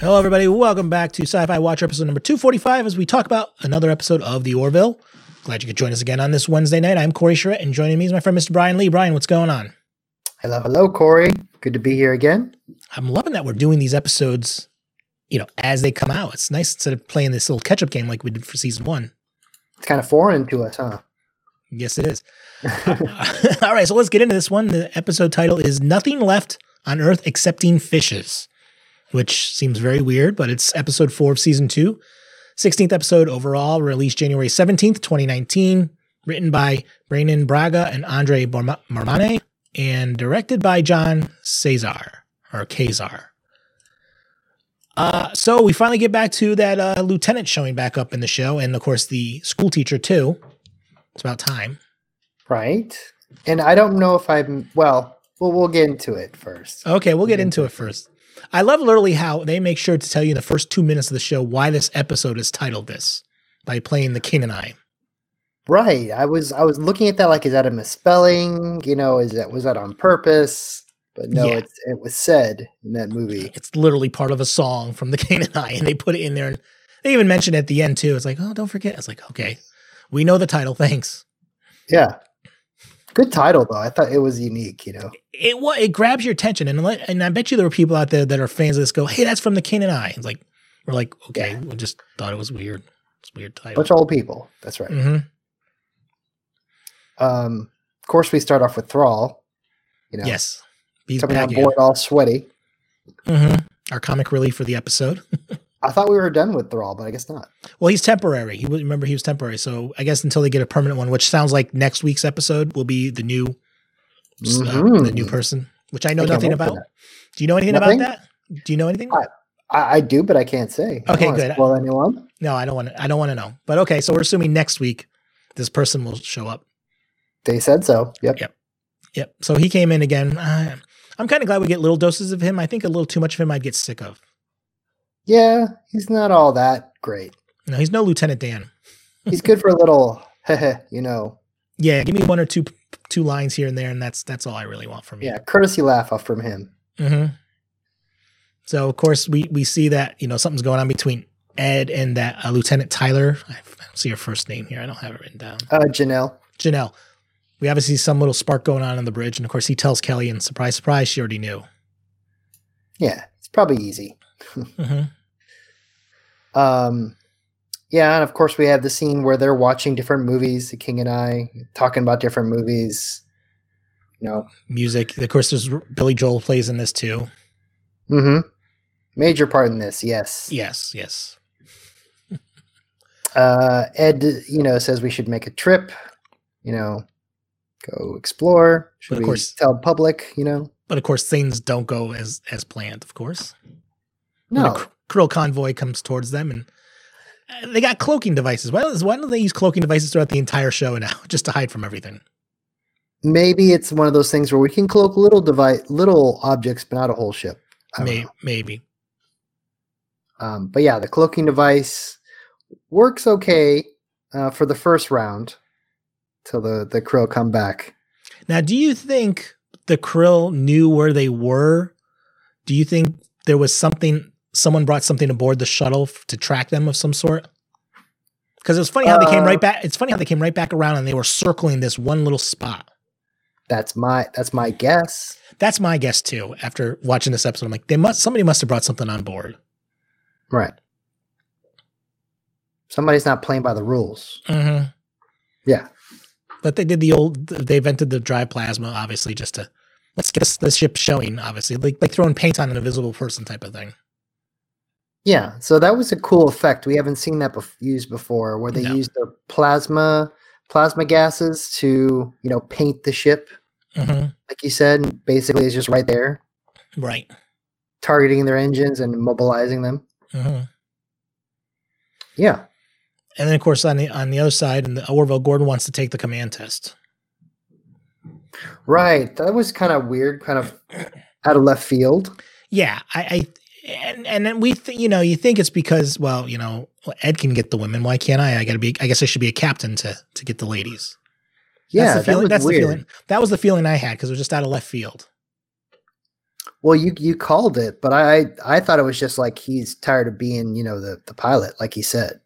Hello, everybody. Welcome back to Sci Fi Watch episode number 245 as we talk about another episode of The Orville. Glad you could join us again on this Wednesday night. I'm Corey Charette, and joining me is my friend Mr. Brian Lee. Brian, what's going on? Hello, hello, Corey. Good to be here again. I'm loving that we're doing these episodes, you know, as they come out. It's nice instead of playing this little catch up game like we did for season one. It's kind of foreign to us, huh? Yes, it is. All right, so let's get into this one. The episode title is Nothing Left on Earth Excepting Fishes, which seems very weird, but it's episode four of season two, 16th episode overall, released January 17th, 2019, written by Brandon Braga and Andre Borma- Marmane, and directed by John Cesar or Kazar. Uh, so we finally get back to that uh, lieutenant showing back up in the show, and of course the school teacher too. It's about time. Right. And I don't know if I'm well. Well, we'll get into it first. Okay, we'll get into it first. I love literally how they make sure to tell you in the first two minutes of the show why this episode is titled this by playing the King and I. Right. I was I was looking at that like, is that a misspelling? You know, is that was that on purpose? But no, Yeah. it's, it was said in that movie. It's literally part of a song from the King and I, and they put it in there. And they even mention it at the end too. It's like, oh, don't forget. It's like, okay, we know the title. Thanks. Yeah. Good title though. I thought it was unique. You know. It wa- it grabs your attention, and let, and I bet you there were people out there that are fans of this. Go, hey, that's from the King and I. It's like we're like, okay, Yeah. we just thought it was weird. It's a weird title. Bunch of old people. That's right. Mhm. Um. Of course, we start off with Thrall. You know. Yes, he's Coming back on again. board all sweaty. Mhm. Our comic relief for the episode. I thought we were done with Thrall, but I guess not. Well, he's temporary. He was- remember he was temporary, so I guess until they get a permanent one, which sounds like next week's episode will be the new, s- uh, the Mhm. new person, which I know I can't nothing wait for about. that. Do you know anything Nothing? about that? Do you know anything? I- I, I do, but I can't say. I Okay, don't wanna good. Spoil anyone? no, I don't want to. I don't want to know. But okay, so we're assuming next week this person will show up. They said so. Yep. Yeah. Yep. So he came in again. Uh, I'm kind of glad we get little doses of him. I think a little too much of him I'd get sick of. Yeah, he's not all that great. No, he's no Lieutenant Dan. He's good for a little, you know. Yeah, give me one or two two lines here and there, and that's that's all I really want from you. Yeah, courtesy laugh off from him. Mm-hmm. So of course we we see that you know something's going on between Ed and that uh, Lieutenant Tyler. I f- I don't see her first name here. I don't have it written down. Uh, Janelle. Janelle. We obviously see some little spark going on on the bridge, and of course he tells Kelly, and surprise, surprise, she already knew. Yeah, it's probably easy. Mm-hmm. Um, yeah, and of course we have the scene where they're watching different movies. The King and I talking about different movies. You know. Music. Of course, there's Billy Joel plays in this too. Mm-hmm. Major part in this, yes. Yes, yes. Uh, Ed, you know, says we should make a trip. You know, go explore. Should of we course- tell public? You know, But of course, things don't go as as planned. Of course, When no. the Kr- Krill convoy comes towards them, and uh, they got cloaking devices. Why, does- why don't they use cloaking devices throughout the entire show now, just to hide from everything? maybe it's one of those things where we can cloak little device, little objects, but not a whole ship. I don't May- know. maybe. Um, but yeah, the cloaking device works okay uh, for the first round till the the crow come back. Now, do you think the krill knew where they were? Do you think there was something? Someone brought something aboard the shuttle f- to track them of some sort. Because it was funny how they came Uh, right back. It's funny how they came right back around and they were circling this one little spot. That's my that's my guess. That's my guess too. After watching this episode, I'm like, they must. Somebody must have brought something on board. Right. Somebody's not playing by the rules. Mm-hmm. Yeah. But they did the old. They invented the dry plasma, obviously, just to let's get this, this ship showing. Obviously, like like throwing paint on an invisible person type of thing. Yeah, so that was a cool effect. We haven't seen that bef- used before, where they No. use the plasma plasma gases to you know paint the ship, Mm-hmm. like you said. Basically, it's just right there, Right. targeting their engines and mobilizing them. Mm-hmm. Yeah, And then, of course, on the on the other side, and the Orville Gordon wants to take the command test. right. That was kind of weird, kind of out of left field. Yeah, I, I and and then we, th- you know, you think it's because, well, you know, Ed can get the women. Why can't I? I got to be. I guess I should be a captain to to get the ladies. Yeah, that's the that feeling. was that's weird. the feeling. That was the feeling I had because it was just out of left field. Well, you you called it, but I I thought it was just like he's tired of being, you know, the the pilot, like he said.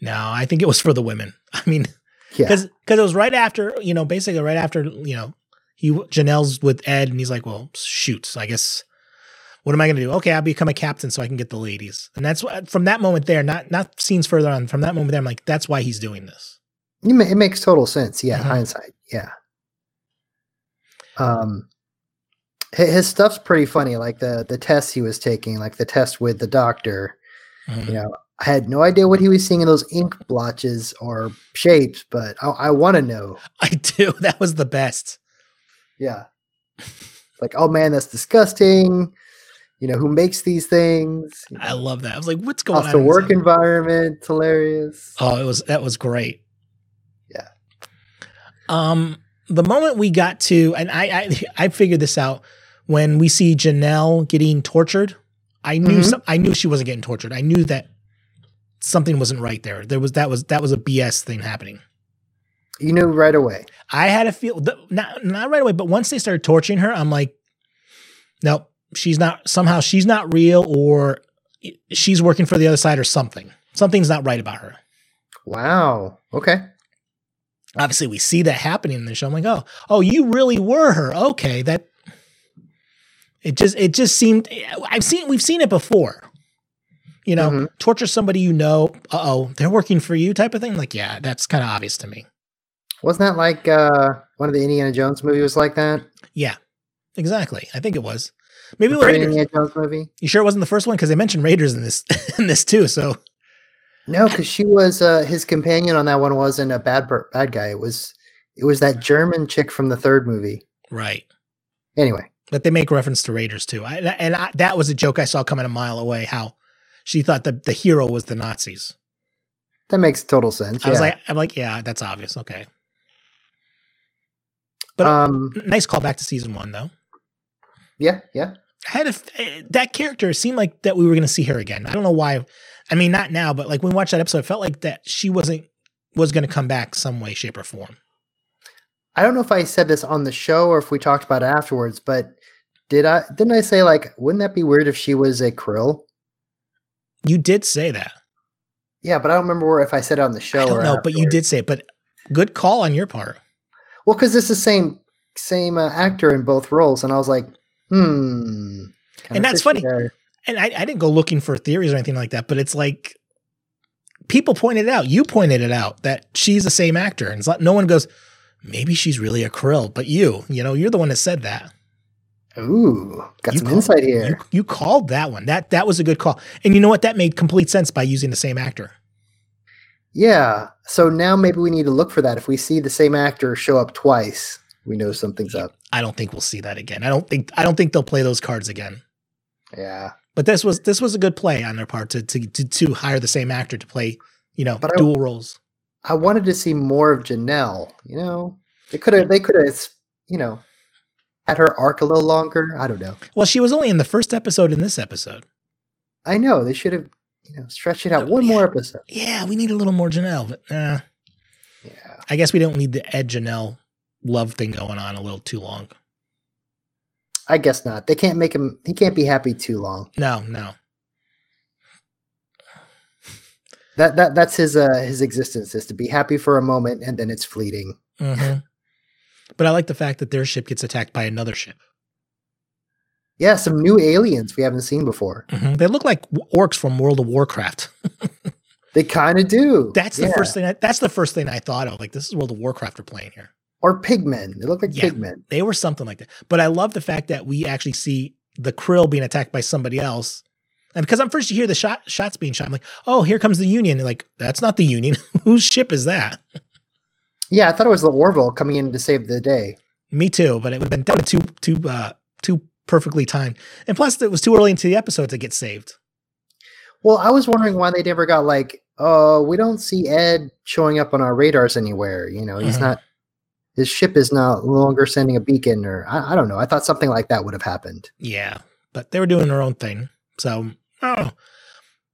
No, I think it was for the women. I mean, Yeah. because it was right after you know basically right after you know he Janelle's with Ed and he's like, well, shoot, I guess what am I going to do? Okay, I'll become a captain so I can get the ladies, and that's wh- from that moment there. Not not scenes further on. From that moment there, I'm like, that's why he's doing this. You ma- it makes total sense. Yeah, Mhm. hindsight. Yeah. Um, hi- his stuff's pretty funny. Like the the tests he was taking, like the test with the doctor. Mhm. Yeah. I had no idea what he was seeing in those ink blotches or shapes, but I, I want to know. I do. That was the best. Yeah. Like, oh man, that's disgusting. You know who makes these things? You I know, love that. I was like, what's going how's the on? in this work environment? It's hilarious. Oh, it was that was great. Yeah. Um, the moment we got to, and I I, I figured this out when we see Janelle getting tortured. I knew Mhm. some, I knew she wasn't getting tortured. I knew that something wasn't right there. There was that was that was a BS thing happening. You knew right away. I had a feel th- not not right away, but once they started torturing her, I'm like, nope, she's not somehow she's not real, or she's working for the other side, or something. Something's not right about her. Wow. Okay. obviously we see that happening in the show. I'm like, oh, oh, you really were her. Okay, that it just it just seemed I've seen we've seen it before. You know, Mhm. torture somebody you know. Uh oh, they're working for you, type of thing. Like, yeah, that's kind of obvious to me. Wasn't that like uh, one of the Indiana Jones movies was like that? Yeah, exactly. I think it was. Maybe it was Pretty Raiders. Indiana Jones movie? You sure it wasn't the first one because they mentioned Raiders in this in this too. So No, because she was uh, his companion on that one. Wasn't a bad per- bad guy. It was it was that German chick from the third movie. right, Anyway, but they make reference to Raiders too. I, and I, that was a joke I saw coming a mile away. How she thought the the hero was the Nazis. that makes total sense. I was yeah. like, I'm like, yeah, that's obvious. Okay. but- um, Nice callback to season one, though. yeah, yeah. I had a, f- eh, that character seemed like that we were going to see her again. I don't know why. I mean, not now, but like when we watched that episode, it felt like that she wasn't was going to come back some way, shape, or form. I don't know if I said this on the show or if we talked about it afterwards, but did I didn't I say like wouldn't that be weird if she was a krill? You did say that. Yeah, but I don't remember where if I said it on the show. I don't or know, but you afterwards. did say it. But good call on your part. Well, because it's the same same uh, actor in both roles, and I was like, hmm. kinda And that's funny. fishy there. And I, I didn't go looking for theories or anything like that, but it's like people pointed it out. You pointed it out that she's the same actor. And it's like, no one goes, maybe she's really a krill, but you, you know, you're the one that said that. Ooh, got You some call- insight You, here. you called that one. That that was a good call. And you know what? That made complete sense by using the same actor. yeah. So now maybe we need to look for that. If we see the same actor show up twice, we know something's up. I don't think we'll see that again. I don't think I don't think they'll play those cards again. Yeah. But this was this was a good play on their part to to to, to hire the same actor to play you know But I- dual roles. I wanted to see more of Janelle. You know, they could have. They could have. You know, had her arc a little longer. I don't know. Well, she was only in the first episode. In this episode, I know they should have. You know, stretched it out Oh, one yeah. more episode. yeah, we need a little more Janelle. But eh, Yeah. I guess we don't need the Ed Janelle love thing going on a little too long. I guess not. They can't make him. He can't be happy too long. No, no. That that that's his uh his existence is to be happy for a moment and then it's fleeting. Mhm. but I like the fact that their ship gets attacked by another ship. Yeah, some new aliens we haven't seen before. hmm They look like w- orcs from World of Warcraft. They kind of do. That's the Yeah. first thing. I, that's the first thing I thought of. Like this is World of Warcraft we're playing here. Or pigmen. They look like Yeah. pigmen. They were something like that. But I love the fact that we actually see the krill being attacked by somebody else. And because I'm first, you hear the shot shots being shot. I'm like, oh, here comes the Union. And like that's not the Union. Whose ship is that? Yeah, I thought it was the Orville coming in to save the day. Me too. But it would have been that would've been too too uh, too perfectly timed. And plus, it was too early into the episode to get saved. Well, I was wondering why they never got like, oh, we don't see Ed showing up on our radars anywhere. You know, he's Mhm. not. His ship is not longer sending a beacon, or I, I don't know. I thought something like that would have happened. Yeah, but they were doing their own thing. So I don't know.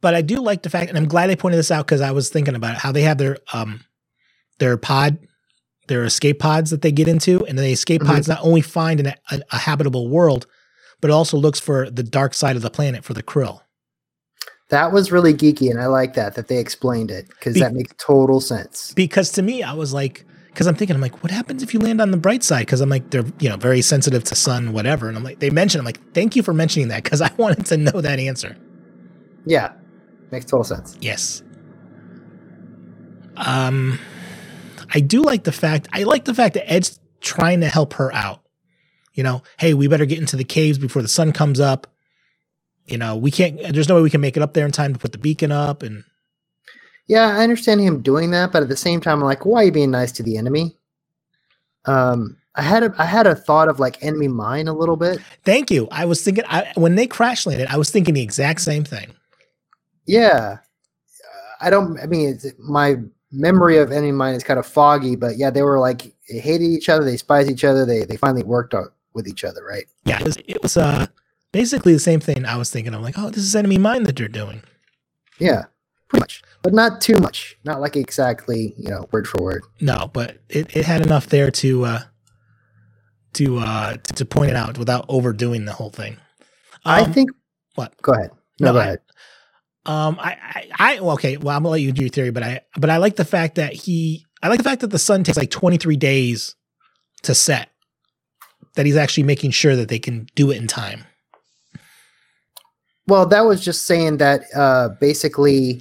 But I do like the fact, and I'm glad they pointed this out because I was thinking about it, how they have their um their pod, their escape pods that they get into, and the escape Mhm. pods not only find an, a, a habitable world, but it also looks for the dark side of the planet for the krill. That was really geeky, and I like that that they explained it because Be- that makes total sense. Because to me, I was like, because I'm thinking, I'm like, what happens if you land on the bright side? Because I'm like, they're you know very sensitive to sun, whatever. And I'm like, they mentioned, I'm like, thank you for mentioning that because I wanted to know that answer. Yeah, makes total sense. Yes. Um, I do like the fact. I like the fact that Ed's trying to help her out. You know, hey, we better get into the caves before the sun comes up. You know, we can't. There's no way we can make it up there in time to put the beacon up. And Yeah, I understand him doing that, but at the same time, I'm like, why are you being nice to the enemy? Um, I had a I had a thought of like enemy mine a little bit. thank you. I was thinking I, when they crash landed, I was thinking the exact same thing. Yeah, Uh, I don't. I mean, it's, my memory of enemy mine is kind of foggy, but yeah, they were like they hated each other, they despised each other, they they finally worked out with each other, right? Yeah, it was, it was uh, basically the same thing I was thinking. I'm like, oh, this is enemy mine that they're doing. Yeah, pretty much, but not too much. Not like exactly, you know, word for word. No, but it, it had enough there to uh to uh to, to point it out without overdoing the whole thing. I Um, think. what? Go ahead. No, No, go I- ahead. um I, I I well, okay, well I'm gonna let you do your theory, but I but I like the fact that he I like the fact that the sun takes like 23 days to set. That he's actually making sure that they can do it in time. Well, that was just saying that uh, basically,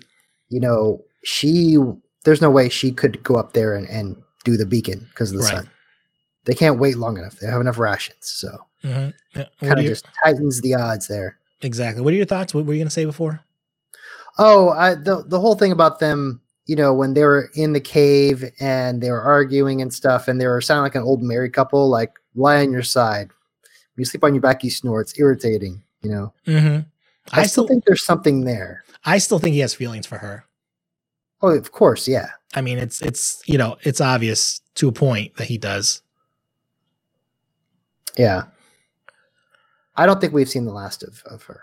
you know, she there's no way she could go up there and, and do the beacon because of the Right. sun. They can't wait long enough. They don't have enough rations, so Mhm. Yeah, what kind are of your- just tightens the odds there. exactly. What are your thoughts? What were you gonna say before? Oh, I, the the whole thing about them, you know, when they were in the cave and they were arguing and stuff, and they were sounding like an old married couple, like lie on your side. When you sleep on your back, you snore. It's irritating, you know. Mm-hmm. I, I still still think there's something there. I still think he has feelings for her. Oh, of course, yeah. I mean, it's it's you know it's obvious to a point that he does. Yeah. I don't think we've seen the last of, of her.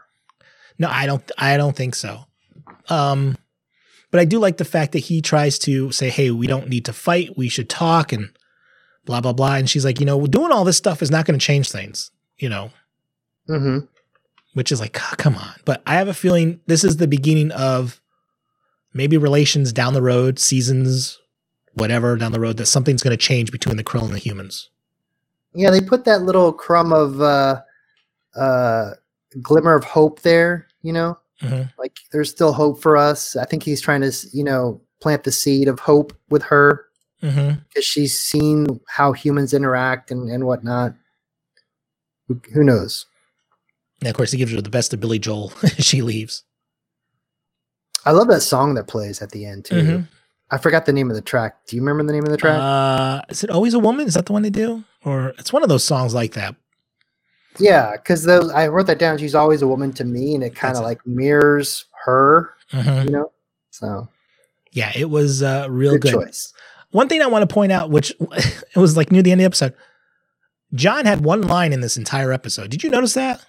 No, I don't. I don't think so. Um, but I do like the fact that he tries to say, "Hey, we don't need to fight. We should talk," and blah blah blah. And she's like, "You know, doing all this stuff is not going to change things." You know, Mm-hmm. which is like, "Ah, come on. But I have a feeling this is the beginning of maybe relations down the road, seasons, whatever down the road that something's going to change between the krill and the humans. Yeah, they put that little crumb of uh, uh, glimmer of hope there, you know? Mhm. Like, there's still hope for us. I think he's trying to, s- you know, plant the seed of hope with her Mm-hmm. because she's seen how humans interact and, and whatnot. Who, who knows? And of course, he gives her the best of Billy Joel. she leaves. I love that song that plays at the end, too. Mhm. I forgot the name of the track. Do you remember the name of the track? Uh, is it always a woman? Is that the one they do? Or it's one of those songs like that. Yeah, because those I wrote that down. She's always a woman to me, and it kind That's of it. like mirrors her, Mhm. you know. So Yeah, it was uh, real good, good. choice. One thing I want to point out, which it was like near the end of the episode, John had one line in this entire episode. Did you notice that?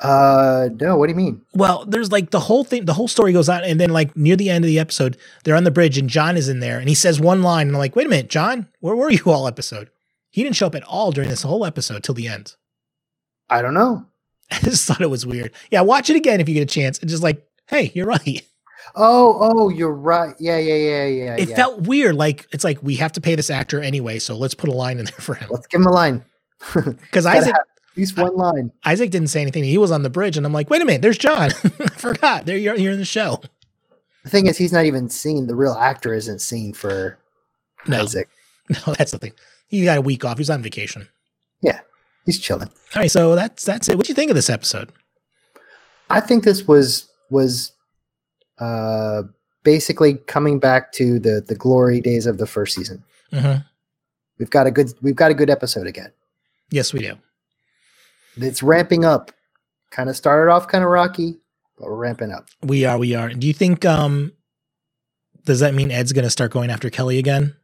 Uh, no, what do you mean? Well, there's like the whole thing, the whole story goes on, and then like near the end of the episode, they're on the bridge and John is in there, and he says one line, and I'm like, wait a minute, John, where were you all episode? He didn't show up at all during this whole episode till the end. I don't know. I just thought it was weird. Yeah, watch it again if you get a chance. It's just like, hey, you're right. Oh, oh, you're right. Yeah, yeah, yeah, yeah. it yeah. felt weird. Like it's like we have to pay this actor anyway, so let's put a line in there for him. Let's give him a line. Because Gotta Isaac have at least one line. Isaac didn't say anything. He was on the bridge, and I'm like, wait a minute, there's John. I forgot. There you're, you're in the show. The thing is, he's not even seen. The real actor isn't seen for No, Isaac. no, that's the thing. He got a week off. He was on vacation. He's chilling. All right, so that's that's it. What do you think of this episode? I think this was was uh basically coming back to the the glory days of the first season. Mm-hmm. We've got a good we've got a good episode again. Yes, we do. it's ramping up. Kind of started off kind of rocky, but we're ramping up. We are. We are. Do you think? um Does that mean Ed's going to start going after Kelly again?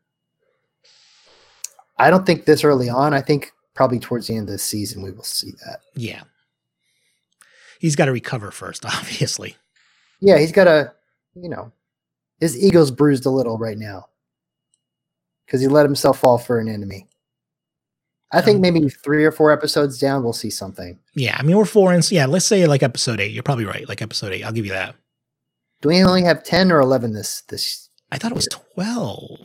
I don't think this early on. I think probably towards the end of the season we will see that. Yeah. He's got to recover first, obviously. Yeah, he's got a, you know, his ego's bruised a little right now because he let himself fall for an enemy. I think maybe three or four episodes down, we'll see something. Yeah, I mean we're four and yeah, let's say like episode eight. You're probably right. Like episode eight, I'll give you that. Do we only have ten or eleven this this? I thought it was twelve.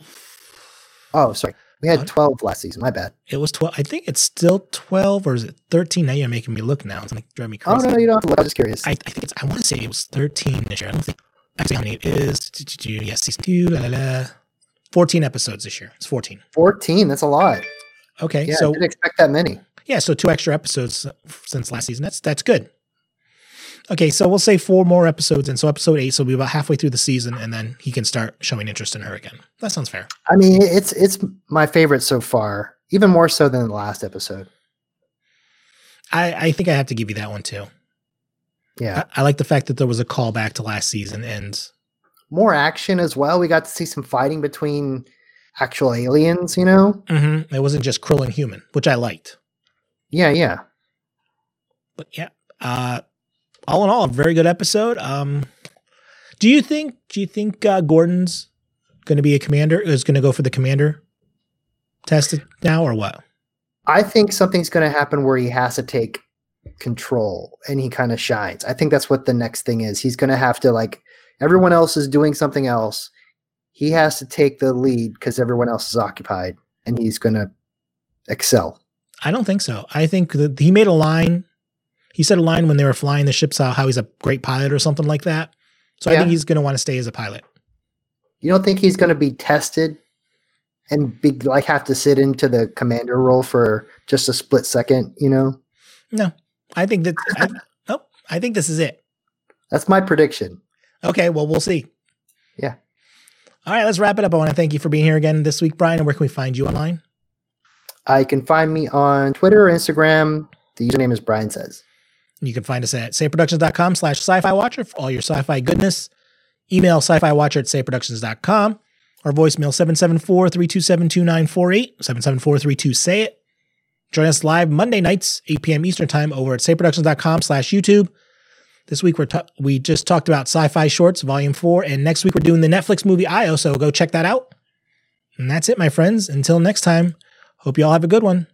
Oh, sorry, we What? had twelve last season. My bad. It was twelve. I think it's still twelve or is it thirteen? Now you're making me look now. It's like driving me Oh crazy. no, you don't have to look. I was just curious. I, I think it's. I want to say it was thirteen this year. I don't think. Actually, how many it is? Do, do, do, Yes, season two. La, la, la. Fourteen episodes this year. It's fourteen. Fourteen. That's a lot. Okay, Yeah, I so didn't expect that many. yeah, so two extra episodes uh, f- since last season. That's that's good. Okay, so we'll say four more episodes, and so episode eight, so we'll be about halfway through the season, and then he can start showing interest in her again. That sounds fair. I mean, it's it's my favorite so far, even more so than the last episode. I, I think I have to give you that one too. Yeah, I, I like the fact that there was a callback to last season, and more action as well. We got to see some fighting between actual aliens. You know? mhm, it wasn't just Krill and human, which I liked. Yeah, yeah. But yeah, uh, all in all, a very good episode. Um, do you think? Do you think uh, Gordon's going to be a commander? Is going to go for the commander test now, or what? I think something's going to happen where he has to take control and he kind of shines. I think that's what the next thing is. He's going to have to like everyone else is doing something else. He has to take the lead because everyone else is occupied, and he's going to excel. I don't think so. I think that he made a line. He said a line when they were flying the ships out how he's a great pilot or something like that. So I Yeah. think he's going to want to stay as a pilot. You don't think he's going to be tested and be like have to sit into the commander role for just a split second? You know, I think that. I, nope. I think this is it. that's my prediction. Okay. Well, we'll see. Yeah. All right. Let's wrap it up. I want to thank you for being here again this week, Brian. And where can we find you online? Uh, you can find me on Twitter or Instagram. The username is Brian Says. You can find us at sayproductions.com slash sci-fi watcher for all your sci-fi goodness. Email sci-fi watcher at sayproductions.com or voicemail 774-327-2948, 774-32-SAY IT. Join us live Monday nights, 8 p.m. Eastern time over at sayproductions.com slash YouTube. This week we're ta- we just talked about sci-fi shorts, volume four, and next week we're doing the Netflix movie IO, so go check that out. And that's it, my friends. Until next time, hope you all have a good one.